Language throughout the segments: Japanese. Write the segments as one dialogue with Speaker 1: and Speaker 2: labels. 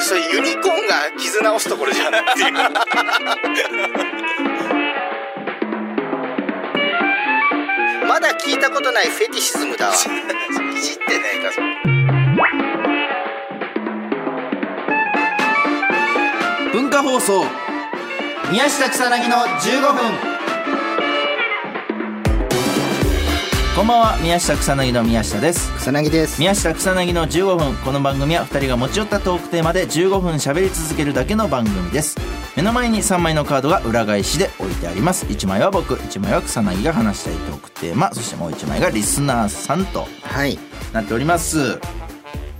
Speaker 1: それユニコーンが絆直すところじゃんっていう。 まだ聞いたことないフェティシズムだわ。いじってないか、それ。
Speaker 2: 文化放送
Speaker 1: 宮下草薙の15分。
Speaker 2: こんばんは宮下草薙の宮下です
Speaker 1: 草薙です。
Speaker 2: 宮下草薙の15分この番組は2人が持ち寄ったトークテーマで15分喋り続けるだけの番組です目の前に3枚のカードが裏返しで置いてあります1枚は僕1枚は草薙が話したいトークテーマそしてもう1枚がリスナーさんと
Speaker 1: はい。
Speaker 2: なっております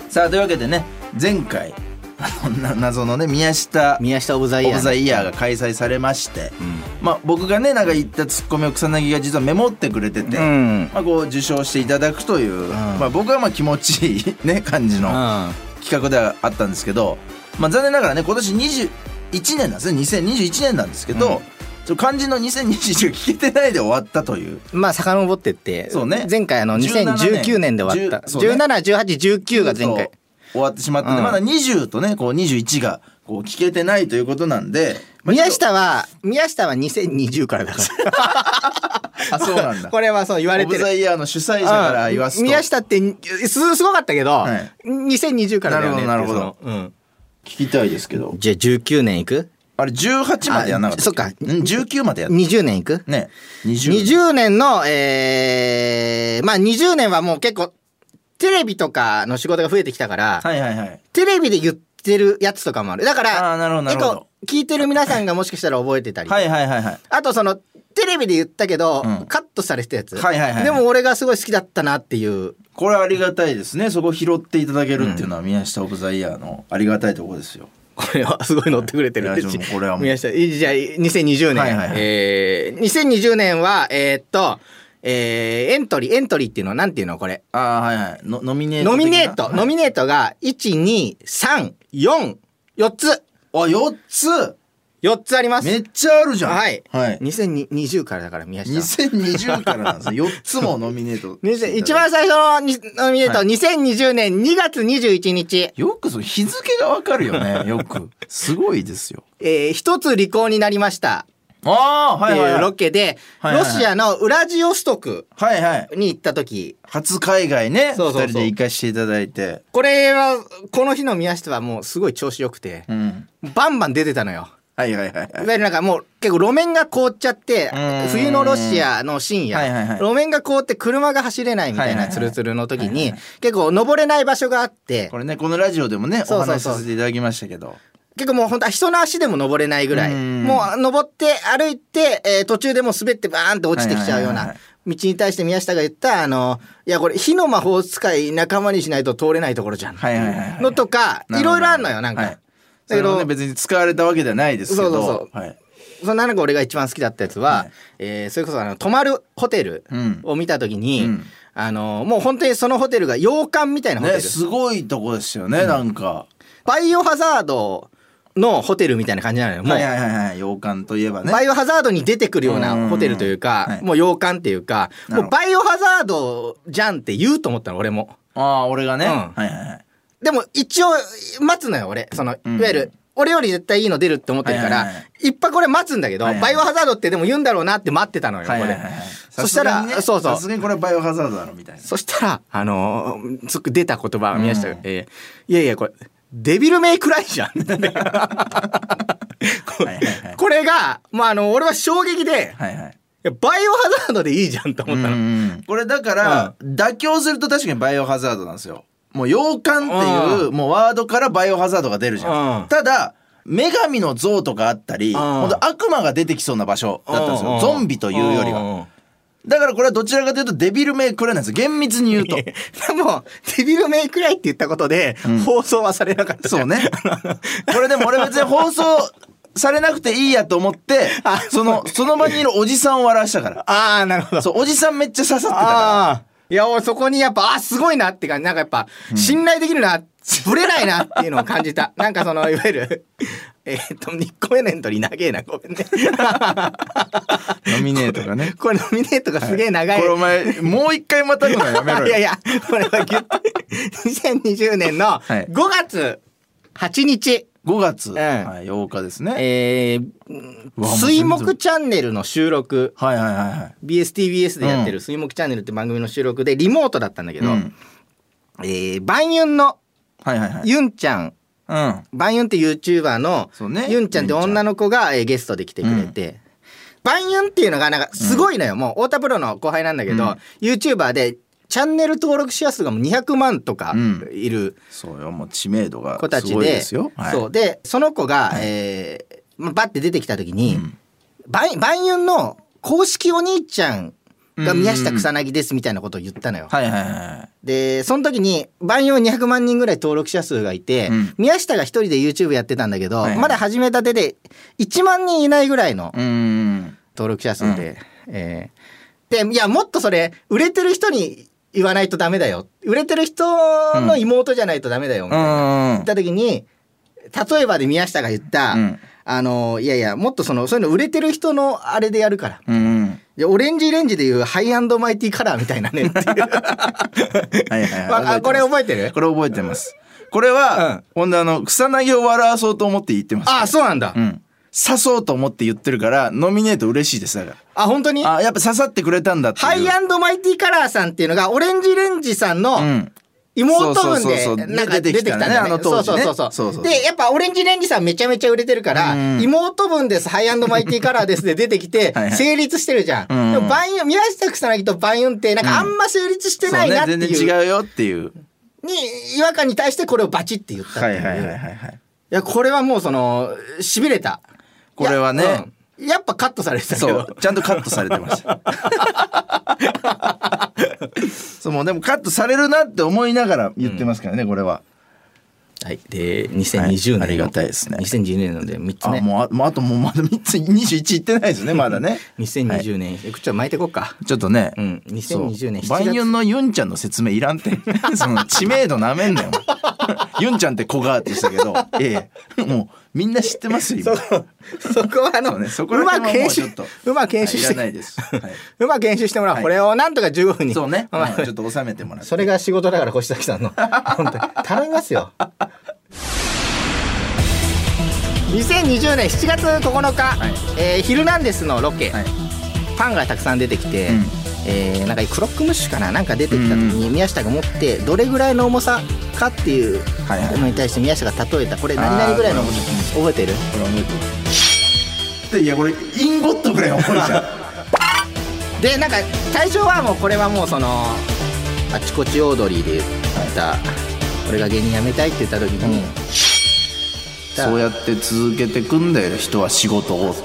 Speaker 2: さあというわけでね前回あのな謎のね宮下
Speaker 1: 宮下オブザイ
Speaker 2: オ
Speaker 1: ヤー。
Speaker 2: ブザイヤーが開催されまして、まあ、僕がねなんか言ったツッコミを草薙が実はメモってくれてて、
Speaker 1: うん。
Speaker 2: まあ、こう受賞していただくという、まあ、僕はまあ気持ちいいね 感じの
Speaker 1: うん。
Speaker 2: 企画ではあったんですけど、まあ、残念ながらね今年21年なんですね2021年なんですけど、ちょ漢字の2021が聞けてないで終わったという
Speaker 1: まあ遡ってって、
Speaker 2: そうね
Speaker 1: 前回あの2019年で終わった。
Speaker 2: 10そうね
Speaker 1: 17、18、19が前回。
Speaker 2: 終わってしまったんで、
Speaker 1: うん
Speaker 2: まだ20とねこう21がこう聞けてないということなんで、まあ
Speaker 1: 宮下は、宮下は2020からだから。
Speaker 2: あそうなんだ
Speaker 1: これはそう言われ
Speaker 2: オ
Speaker 1: て
Speaker 2: ブ
Speaker 1: る
Speaker 2: ザ。イヤーの主催者から言わす
Speaker 1: う
Speaker 2: と
Speaker 1: ん宮下ってすすごかったけど、
Speaker 2: はい
Speaker 1: 2020からだよね
Speaker 2: なるほどなるほ
Speaker 1: ど、うん、
Speaker 2: 聞きたいですけど
Speaker 1: じゃあ19年いく
Speaker 2: あれ18までやんなかった
Speaker 1: あそっか
Speaker 2: うん19までやった
Speaker 1: 20年いく
Speaker 2: ね20
Speaker 1: 20年のえー、まあ20年はもう結構テレビとかの仕事が増えてきたから、
Speaker 2: はいはいはい
Speaker 1: テレビで言ってるやつとかもあるだか
Speaker 2: あーなる
Speaker 1: ら
Speaker 2: ほどなるほど
Speaker 1: 結構聞いてる皆さんがもしかしたら覚えてたり、
Speaker 2: はいはいはいはい
Speaker 1: あとそのテレビで言ったけど、
Speaker 2: うん
Speaker 1: カットされたやつ、
Speaker 2: はいはいはい
Speaker 1: でも俺がすごい好きだったなっていう
Speaker 2: これありがたいですねそこ拾っていただけるっていうのは宮下オブザイヤーのありがたいところですよ
Speaker 1: これはすごい乗ってくれてる
Speaker 2: いやでもこれはもう
Speaker 1: 宮下いじゃあ2020年、
Speaker 2: はいはいはい
Speaker 1: えー、2020年はえーっとえー、エントリーエントリーっていうのはなんていうのこれ
Speaker 2: ああはいはいのノミネート
Speaker 1: ノ
Speaker 2: 的な
Speaker 1: ミネート、
Speaker 2: はい
Speaker 1: ノミネートが1234 4つ
Speaker 2: あ4つ
Speaker 1: 4つあります
Speaker 2: めっちゃあるじゃん
Speaker 1: はい、
Speaker 2: はい
Speaker 1: 2020からだから宮下は
Speaker 2: 2020からなん ですよ4つもノミネート
Speaker 1: 2000一番最初のにノミネート、
Speaker 2: はい
Speaker 1: 2020年2月21日、
Speaker 2: よくその日付がわかるよ ねよくすごいですよ
Speaker 1: えー、一つ離婚になりました
Speaker 2: ああ
Speaker 1: っ
Speaker 2: は
Speaker 1: て
Speaker 2: いはいいうは
Speaker 1: ロ
Speaker 2: い
Speaker 1: ケで、
Speaker 2: はいはいはい
Speaker 1: ロシアのウラジオストク
Speaker 2: はいはい
Speaker 1: に行った時
Speaker 2: 初海外ね
Speaker 1: そう
Speaker 2: 二
Speaker 1: そうそう
Speaker 2: 人で行かしていただいて
Speaker 1: これはこの日の宮下はもうすごい調子良くて
Speaker 2: うん
Speaker 1: バンバン出てたのよ
Speaker 2: はいはいはい
Speaker 1: い
Speaker 2: はい
Speaker 1: わゆるなんかもう結構路面が凍っちゃって
Speaker 2: うん
Speaker 1: 冬のロシアの深夜、
Speaker 2: はいはいはい
Speaker 1: 路面が凍って車が走れないみたい
Speaker 2: はいは
Speaker 1: な
Speaker 2: いはい
Speaker 1: ツルツルの時
Speaker 2: はい
Speaker 1: に結構登れない場所があって
Speaker 2: これねこのラジオでもねお
Speaker 1: そうそう
Speaker 2: 話し
Speaker 1: そう
Speaker 2: させていただきましたけど
Speaker 1: 結構もう本当は人の足でも登れないぐらい
Speaker 2: うん
Speaker 1: もう登って歩いて、えー途中でもう滑ってバーンって落ちてきちゃうよう
Speaker 2: はいはい
Speaker 1: な
Speaker 2: はい
Speaker 1: 道に対して宮下が言ったあのいやこれ火の魔法使い仲間にしないと通れないところじゃん
Speaker 2: はいはいはいはい
Speaker 1: のとか
Speaker 2: ないほど
Speaker 1: ろいろあんのよなんか。
Speaker 2: はいそ
Speaker 1: だけ
Speaker 2: れ
Speaker 1: ど
Speaker 2: もね別に使われたわけではないですけ
Speaker 1: そ
Speaker 2: ど
Speaker 1: うそう
Speaker 2: はい
Speaker 1: そんな中俺が一番好きだったやつは、
Speaker 2: はい
Speaker 1: えーそれこそあの泊まるホテル
Speaker 2: うん
Speaker 1: を見た時に、
Speaker 2: うん
Speaker 1: あのもう本当にそのホテルが洋館みたいなホテル、
Speaker 2: ねすごいとこですよねなんか
Speaker 1: バイオハザードのホテルみたいな感じなのよもう、
Speaker 2: はいはいはいはい洋館といえばね
Speaker 1: バイオハザードに出てくるよう
Speaker 2: うん
Speaker 1: なホテルというか、
Speaker 2: はい
Speaker 1: もう洋館っていうか
Speaker 2: なる
Speaker 1: も
Speaker 2: ほど
Speaker 1: うバイオハザードじゃんって言うと思ったの俺も
Speaker 2: ああ俺がね
Speaker 1: うん
Speaker 2: はいはいはい
Speaker 1: でも一応待つのよ俺そのい
Speaker 2: うん
Speaker 1: わゆる、俺より絶対いいの出るって思ってるから、
Speaker 2: はいはいはい
Speaker 1: 一泊これ待つんだけど、
Speaker 2: はいはい
Speaker 1: バイオハザードってでも言うんだろうなって待ってたのよ、
Speaker 2: はいはいはい
Speaker 1: こ
Speaker 2: は
Speaker 1: れ
Speaker 2: い
Speaker 1: そしたら
Speaker 2: さすがにね
Speaker 1: そうそう
Speaker 2: さすがにこれはバイオハザードだろみたいな
Speaker 1: そしたら、あのー、すぐ出た言葉、宮下が、
Speaker 2: うん
Speaker 1: えーいやいや、これ、デビルメイクライじゃん。
Speaker 2: はいはいはい
Speaker 1: これが、まあ、あの、俺は衝撃で、
Speaker 2: はいはい
Speaker 1: いやバイオハザードでいいじゃんと思ったの。
Speaker 2: うんこれだから妥協すると確かにバイオハザードなんですよもう洋館っていう
Speaker 1: う
Speaker 2: もうワードからバイオハザードが出るじゃ
Speaker 1: うんん
Speaker 2: ただ女神の像とかあったり
Speaker 1: ん
Speaker 2: 本当悪魔が出てきそうな場所だったんですよゾンビというよりは
Speaker 1: は。
Speaker 2: だからこれはどちらかというとデビルメイクライなんですよ厳密に言 うと
Speaker 1: でも、デビルメイクライって言ったことで、放送はされなかったじ
Speaker 2: そ
Speaker 1: ゃ。
Speaker 2: うんねこれでも俺別に放送されなくていいやと思って
Speaker 1: あ
Speaker 2: そのその場にいるおじさんを笑わしたから
Speaker 1: ああ、なるほど。
Speaker 2: そうおじさんめっちゃ刺さってたから
Speaker 1: ああ。いや、俺そこにやっぱ、あ、すごいなって感じ。なんかやっぱ、信頼できるな、ぶれないなっていうのを感じた。 なんかその、いわゆる、えーっと、2個目のエントリー長えな、ごめんね。
Speaker 2: ノミネートがね
Speaker 1: これノミネートがすげえ長い。
Speaker 2: これお前もう一回またぐのやめ ろよ
Speaker 1: いやいや、これはぎゅっと、2020年の
Speaker 2: はい
Speaker 1: 5月8日、
Speaker 2: 5月、
Speaker 1: ん
Speaker 2: はい、8日ですね。
Speaker 1: えー
Speaker 2: うわもう
Speaker 1: 水
Speaker 2: 全然
Speaker 1: 木チャンネルの収録、
Speaker 2: はいはいはいはい。
Speaker 1: BSTBS でやってる水木チャンネルって番組の収録でリモートだったんだけど、
Speaker 2: うん
Speaker 1: えーバンユンの
Speaker 2: はいはいはい。
Speaker 1: ユンちゃん、
Speaker 2: うん。
Speaker 1: バンユンって YouTuber の
Speaker 2: そうね。
Speaker 1: ユンちゃんって女
Speaker 2: の。
Speaker 1: の子が、えーゲストで来てくれて、バンユンっていうのがなんかすごいのよ、もう太田プロの後輩なんだけど、
Speaker 2: うん
Speaker 1: YouTuber でチャンネル登録者数がもう200万とか
Speaker 2: うん
Speaker 1: いる
Speaker 2: そうよ、もう知名度が
Speaker 1: 子た
Speaker 2: す
Speaker 1: ち
Speaker 2: ごい
Speaker 1: で,、
Speaker 2: ですよ。はい
Speaker 1: そうでその子が、えーまあバッて出てきた時に、
Speaker 2: うん
Speaker 1: バンバンユンの公式お兄ちゃんが宮下草薙ですみたいなことを言ったのよ。
Speaker 2: はいはいは
Speaker 1: でその時に万葉200万人ぐらい登録者数がいて、
Speaker 2: うん
Speaker 1: 宮下が一人で YouTube やってたんだけど、
Speaker 2: はいはい
Speaker 1: まだ始めたてで1万人いないぐらいの
Speaker 2: い。うん。
Speaker 1: 登録者数で、えーでいやもっとそれ売れてる人に言わないとダメだよ売れてる人の妹じゃないとダメだよ、
Speaker 2: う
Speaker 1: みたいな言
Speaker 2: ん。
Speaker 1: った時に例えばで宮下が言った、
Speaker 2: うん
Speaker 1: あのいやいやもっとそのそういうの売れてる人のあれでやるから
Speaker 2: うん。
Speaker 1: いやオレンジレンジでいうハイアンドマイティカラーみたいなね っていう
Speaker 2: はいはいは い。
Speaker 1: わあこれ覚えてる
Speaker 2: これ覚えてます。これは、ほんであの、草薙を笑わそうと思って言ってます。
Speaker 1: ああそうなんだ、
Speaker 2: うん。刺そうと思って言ってるから、ノミネート嬉しいです、だか
Speaker 1: あ本当に
Speaker 2: ら。あ、やっぱ刺さってくれたんだっていう。
Speaker 1: ハイアンドマイティカラーさんっていうのがオレンジレンジさん
Speaker 2: う
Speaker 1: の
Speaker 2: ん。
Speaker 1: 妹分
Speaker 2: そうそうそうそ
Speaker 1: で
Speaker 2: う
Speaker 1: なんか
Speaker 2: 出
Speaker 1: 出
Speaker 2: て
Speaker 1: て
Speaker 2: き
Speaker 1: き
Speaker 2: た
Speaker 1: た
Speaker 2: ん
Speaker 1: ん
Speaker 2: だ
Speaker 1: だ
Speaker 2: ね
Speaker 1: よね
Speaker 2: あの当時ね
Speaker 1: そうそう
Speaker 2: そ
Speaker 1: そうう
Speaker 2: そ
Speaker 1: そううでやっぱオレンジレンジさんめちゃめちゃ売れてるから
Speaker 2: うん
Speaker 1: 妹分ですハイアンドマイティカラーですで出てきて
Speaker 2: はいはい
Speaker 1: 成立してるじゃ
Speaker 2: うん
Speaker 1: んでもバイン宮下草薙とバインってなんかあんま成立してないなって
Speaker 2: そうね、全
Speaker 1: いう
Speaker 2: 然違うよっていう。
Speaker 1: に違和感に対してこれをバチって言ったっていうい
Speaker 2: はいはい。
Speaker 1: やこれはもうそのしびれた
Speaker 2: これはね
Speaker 1: いやうんやっぱカットされてたけ
Speaker 2: そ
Speaker 1: ど
Speaker 2: う、ちゃんとカットされて ました。そう、もうでもカットされるなって思いながら言ってますからね、これは。
Speaker 1: はい、で2020年の、
Speaker 2: はいありがたいですね
Speaker 1: 2020年なので3つ
Speaker 2: あ、
Speaker 1: ね
Speaker 2: もうあ、もうあともうまだ3つ、21いってないですね、まだね。
Speaker 1: 2020年、えこっちは巻いてこっか
Speaker 2: ちょっとね。
Speaker 1: うん2020年7月
Speaker 2: バンユンのユンちゃんの説明いらんて。 その知名度なめんなよ。ユンちゃんって子がってしたけど、ええ、もうみんな知ってますよ、今。
Speaker 1: そこはあの
Speaker 2: そう
Speaker 1: う,、
Speaker 2: ねそこら辺
Speaker 1: ま
Speaker 2: は
Speaker 1: く編集
Speaker 2: もうちょっ
Speaker 1: うまく編
Speaker 2: はい
Speaker 1: 集
Speaker 2: い
Speaker 1: し
Speaker 2: ら
Speaker 1: て、
Speaker 2: ないです。はい
Speaker 1: まく編集しても らう、
Speaker 2: はい
Speaker 1: これをなんとか15分
Speaker 2: い、
Speaker 1: に
Speaker 2: そうね、
Speaker 1: まあ
Speaker 2: うんちょっと収めてもらって。
Speaker 1: それが仕事だから越崎さん の本当に頼みますよ2020年7月9日「
Speaker 2: はい
Speaker 1: えーヒルナンデス」のロケ、
Speaker 2: はい。
Speaker 1: パンがたくさん出てきて、
Speaker 2: うん
Speaker 1: えーなんかクロックムッシュかななんか出てきた時に宮下が持ってどれぐらいの重さかっていう
Speaker 2: はいはい
Speaker 1: のに対して宮下が例えたこれ何
Speaker 2: あー
Speaker 1: 々ぐらいの重さ覚えてる
Speaker 2: これ覚えてる。いやこれインゴットぐらい重いじ ゃん。
Speaker 1: でなんか最初はもうこれはもうそのあちこちオードリーで言った、俺が芸人辞めたいって言った時に、だ
Speaker 2: そうやって続けてくんだよ人は仕事を。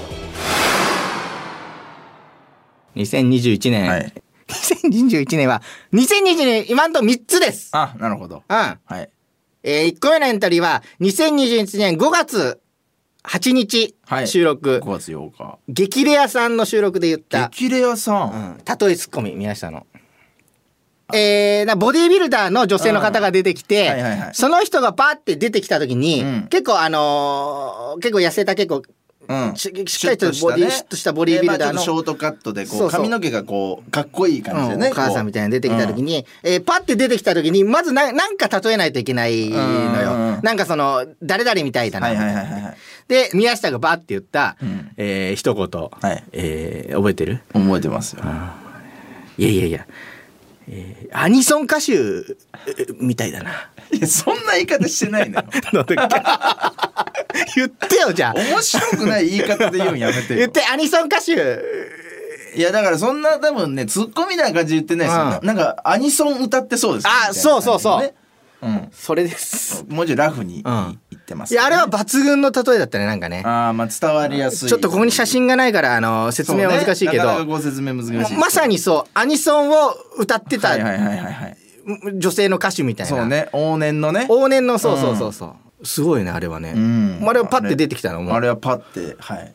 Speaker 1: 2021年、
Speaker 2: はい。
Speaker 1: 2021年は2022年今んとこ3つです
Speaker 2: あなるほど。
Speaker 1: うん、
Speaker 2: はい
Speaker 1: えー、1個目のエントリーは2021年5月8日
Speaker 2: はい
Speaker 1: 収録、
Speaker 2: 5月8日。
Speaker 1: 激レアさんの収録で言った、
Speaker 2: 激レアさ。
Speaker 1: うんん、例えツッコミ宮下の。えー、なボディービルダーの女性の方が出てきて、
Speaker 2: うんはいはいはい
Speaker 1: その人がパーって出てきた時に、
Speaker 2: うん
Speaker 1: 結構あのー結構痩せた結構
Speaker 2: うん。
Speaker 1: ししっかりとボディシュッとしたボディービルダー
Speaker 2: でまあ
Speaker 1: の
Speaker 2: ちょっとショートカットでこ
Speaker 1: そううそう
Speaker 2: 髪の毛がこうかっこいい感じで
Speaker 1: う
Speaker 2: ね。
Speaker 1: んお母さんみたいなの出てきた時
Speaker 2: に。
Speaker 1: に、えーパッて出てきた時にまずななんか例えないといけないの
Speaker 2: うんうんう
Speaker 1: よ
Speaker 2: ん
Speaker 1: なんかその誰々みたいだな、
Speaker 2: はいはいはいはいはい。
Speaker 1: で宮下がバッて言った、
Speaker 2: うん
Speaker 1: えー一言、
Speaker 2: はい
Speaker 1: えー覚えてる
Speaker 2: 覚えてますよ。
Speaker 1: いやいやいや、えーアニソン歌手えーみたいだな。
Speaker 2: いやそんな言い方して ないのよ。
Speaker 1: なんだっけ 言ってよじゃあ。
Speaker 2: 面白くない言い方で言うんやめてよ
Speaker 1: 言っ。てアニソン歌手
Speaker 2: いやだからそんな多分ねツッコミみたいな感じで言ってないですよ、
Speaker 1: うん
Speaker 2: なんかアニソン歌ってそうです
Speaker 1: あ
Speaker 2: みたいな感じで
Speaker 1: そうそうそう
Speaker 2: ね
Speaker 1: それです。
Speaker 2: うんもうちょいラフに
Speaker 1: う
Speaker 2: い
Speaker 1: ん
Speaker 2: 言ってます
Speaker 1: い
Speaker 2: ね、
Speaker 1: やあれは抜群の例えだったねなんかね。
Speaker 2: あーまあ伝わりやすい
Speaker 1: ちょっとここに写真がないからあの説明は難しいけど、
Speaker 2: そうねなかなかご説明難しいです
Speaker 1: もうまさにそうアニソンを歌って
Speaker 2: はいは
Speaker 1: た
Speaker 2: いはいはいはい
Speaker 1: 女性の歌手みたいな。
Speaker 2: そうね往年のね
Speaker 1: 往年のそうそうそうそう。すごいねあれはね、
Speaker 2: ん
Speaker 1: あれはパッて出てきたのもう
Speaker 2: あれはパッてはい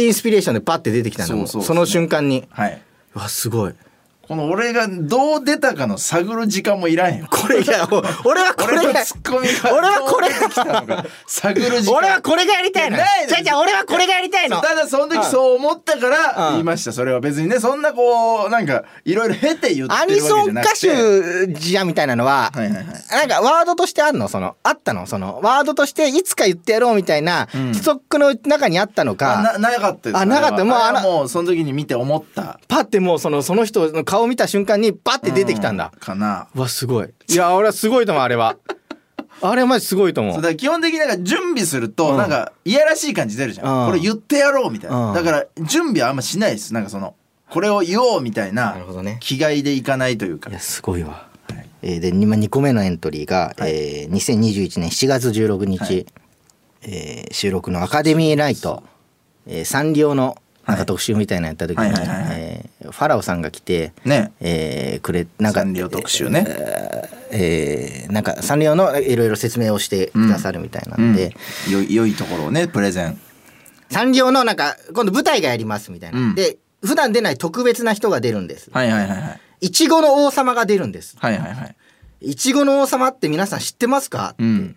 Speaker 1: インスピレーションでパッて出てきたのも
Speaker 2: そうそうそう
Speaker 1: その瞬間に
Speaker 2: はいう
Speaker 1: わすごい
Speaker 2: この俺がどう出たかの探る時間もいらんよ
Speaker 1: これいやお俺はこ
Speaker 2: 俺
Speaker 1: れ
Speaker 2: の
Speaker 1: が
Speaker 2: ツッコミが
Speaker 1: 俺はこれ
Speaker 2: どう出てきたのか探る時間
Speaker 1: 俺はこれがやりたいの
Speaker 2: いやないです
Speaker 1: じゃじゃ俺はこれがやりたいの
Speaker 2: ただその時そう思ったから
Speaker 1: うん
Speaker 2: 言いましたそれは別にねそんなこうなんかいろいろ経て言ってる
Speaker 1: ア
Speaker 2: わけ
Speaker 1: ニ
Speaker 2: じ
Speaker 1: ソン
Speaker 2: ゃな
Speaker 1: 歌
Speaker 2: くて
Speaker 1: 手じゃみたいなのは、
Speaker 2: はいはいはい
Speaker 1: なんかワードとしてあんのそのあったのそのワードとしていつか言ってやろうみたいな
Speaker 2: うん
Speaker 1: 規則の中にあったのか、
Speaker 2: あななかったです
Speaker 1: あなかった
Speaker 2: れは
Speaker 1: もうあ
Speaker 2: れ
Speaker 1: の
Speaker 2: はもうその時に見て思った
Speaker 1: パッてもうそのその人の顔見た瞬間にバッて出てきたんだ
Speaker 2: う、かな
Speaker 1: うわすごいいや俺はすごいと思うあれ はあれはマジすごいと思
Speaker 2: そううだから基本的になんか準備すると
Speaker 1: うん
Speaker 2: なんかいやらしい感じ出るじゃん、
Speaker 1: うん
Speaker 2: これ言ってやろうみたいな、
Speaker 1: うん
Speaker 2: だから準備はあんましないですなんかそのこれを言おうみたいな
Speaker 1: なるほどね
Speaker 2: 気概でいかないというか
Speaker 1: いやすごいわ、
Speaker 2: はい
Speaker 1: えーで今2個目のエントリーが、
Speaker 2: はい
Speaker 1: えー2021年7月16日、
Speaker 2: はい
Speaker 1: えー収録の「アカデミーライト」えーサンリオのなんか特集みたいなのやった時に
Speaker 2: はいはいはいはい
Speaker 1: えーファラオさんが来て、
Speaker 2: ね
Speaker 1: えーくれなんか
Speaker 2: サンリオ特集ね、
Speaker 1: えーなんかサンリオのいろいろ説明をしてくださるみたいなんで、
Speaker 2: うんよ良いところをねプレゼン
Speaker 1: サンリオのなんか今度舞台がやりますみたいな、
Speaker 2: うん
Speaker 1: で普段出ない特別な人が出るんです
Speaker 2: はいはいはいはい
Speaker 1: いちごの王様が出るんです
Speaker 2: はいはいはい
Speaker 1: いちごの王様って皆さん知ってますか
Speaker 2: うん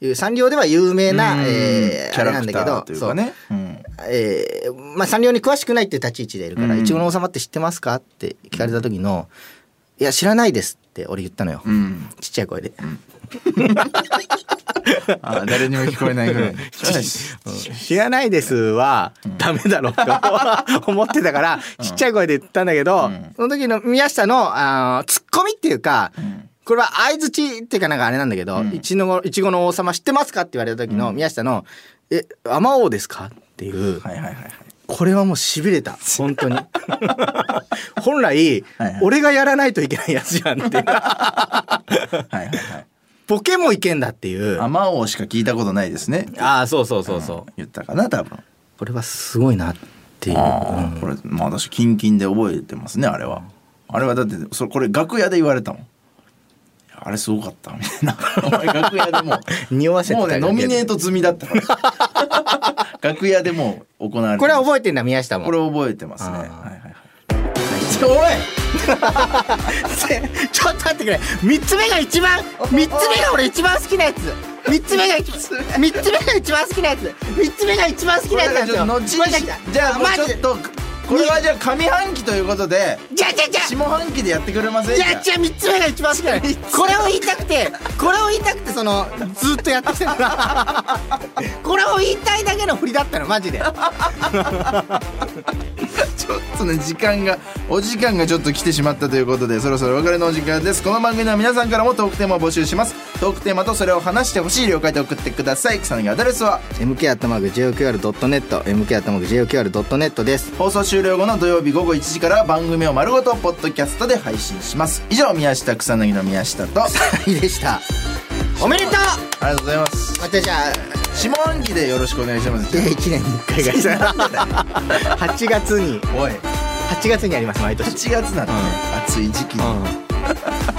Speaker 1: いうサンリオでは有名な、
Speaker 2: うん
Speaker 1: えー
Speaker 2: キャ
Speaker 1: あれ
Speaker 2: ラ
Speaker 1: なん
Speaker 2: ク
Speaker 1: だ
Speaker 2: タ
Speaker 1: けど
Speaker 2: ーというかねうん
Speaker 1: そうえーまあ、サンリオに詳しくないっていう立ち位置でいるから「
Speaker 2: うん
Speaker 1: いちごの王様って知ってますか?」って聞かれた時の「いや知らないです」って俺言ったのよ、
Speaker 2: うん
Speaker 1: ちっちゃい声で
Speaker 2: あ誰にも聞こえないぐら い
Speaker 1: 「知らないです」はダメだろうって 思思ってたからちっちゃい声で言ったんだけど、
Speaker 2: うん
Speaker 1: その時の宮下のあーツッコミっていうか、
Speaker 2: ん
Speaker 1: これは相づちっていうかなんかあれなんだけど、
Speaker 2: うん
Speaker 1: いちのいちごの王様知ってますかって言われた時の宮下の「えアマ王ですか?」っていう。
Speaker 2: はいはいはいはい
Speaker 1: これはもうしびれ た本当に本来
Speaker 2: はいはい
Speaker 1: 俺がやらないといけないやつじゃんっていう
Speaker 2: はいはいはい
Speaker 1: ボケもいけんだっていう
Speaker 2: アマオしか聞いたことないですね
Speaker 1: ああそうそうそうそう
Speaker 2: 言ったかな多分
Speaker 1: これはすごいなっていう
Speaker 2: あ
Speaker 1: う
Speaker 2: あ
Speaker 1: ん
Speaker 2: これまあ私キンキンで覚えてますねあれはあれはだってそこれ楽屋で言われたもんあれすごかったみたいなお前楽屋 でも
Speaker 1: 匂わせ
Speaker 2: う
Speaker 1: て
Speaker 2: もうね
Speaker 1: たよ
Speaker 2: ノミネート済みだったから 楽屋でもう行われて
Speaker 1: これは
Speaker 2: ます
Speaker 1: 覚えてんだ宮下も
Speaker 2: これ覚えてますね
Speaker 1: あ
Speaker 2: は
Speaker 1: ー
Speaker 2: いはいはいちょおい
Speaker 1: ちょっと待ってくれ三つ目が一番三つ目が俺一番好きなやつ三つ目が一三つ目が一番好きなやつ三つ目が一番好きなやつなんですよ
Speaker 2: これちょっと後にしじゃあもうちょっとこれはじゃあ上半期ということで
Speaker 1: じゃあじゃあじゃあ
Speaker 2: 下半期でやってくれません
Speaker 1: い
Speaker 2: か
Speaker 1: や違う三つ目が一番好きなのこれを言いたくてこれを言いたくてそのずっとやってきたからこれを言いたいだけの振りだったのマジで
Speaker 2: ちょっとね時間がお時間がちょっと来てしまったということでそろそろお別れのお時間ですこの番組では皆さんからもトークテーマを募集しますトークテーマとそれを話してほしい了解で送ってください草薙アドレスは
Speaker 1: MK アットマーク JOQR.net MK アットマーク JOQR.net です
Speaker 2: 放送終了後の土曜日午後1時からは番組を丸ごとポッドキャストで配信します以上宮下草薙の宮下とあ
Speaker 1: いいでしたおめでとう
Speaker 2: りがとうございます
Speaker 1: またじゃあ
Speaker 2: 下半期でよろしくお願いします
Speaker 1: 1年に1回がい い な8月に
Speaker 2: おい
Speaker 1: 8月にあります毎年
Speaker 2: 8月なんてね、暑い時期に、
Speaker 1: うん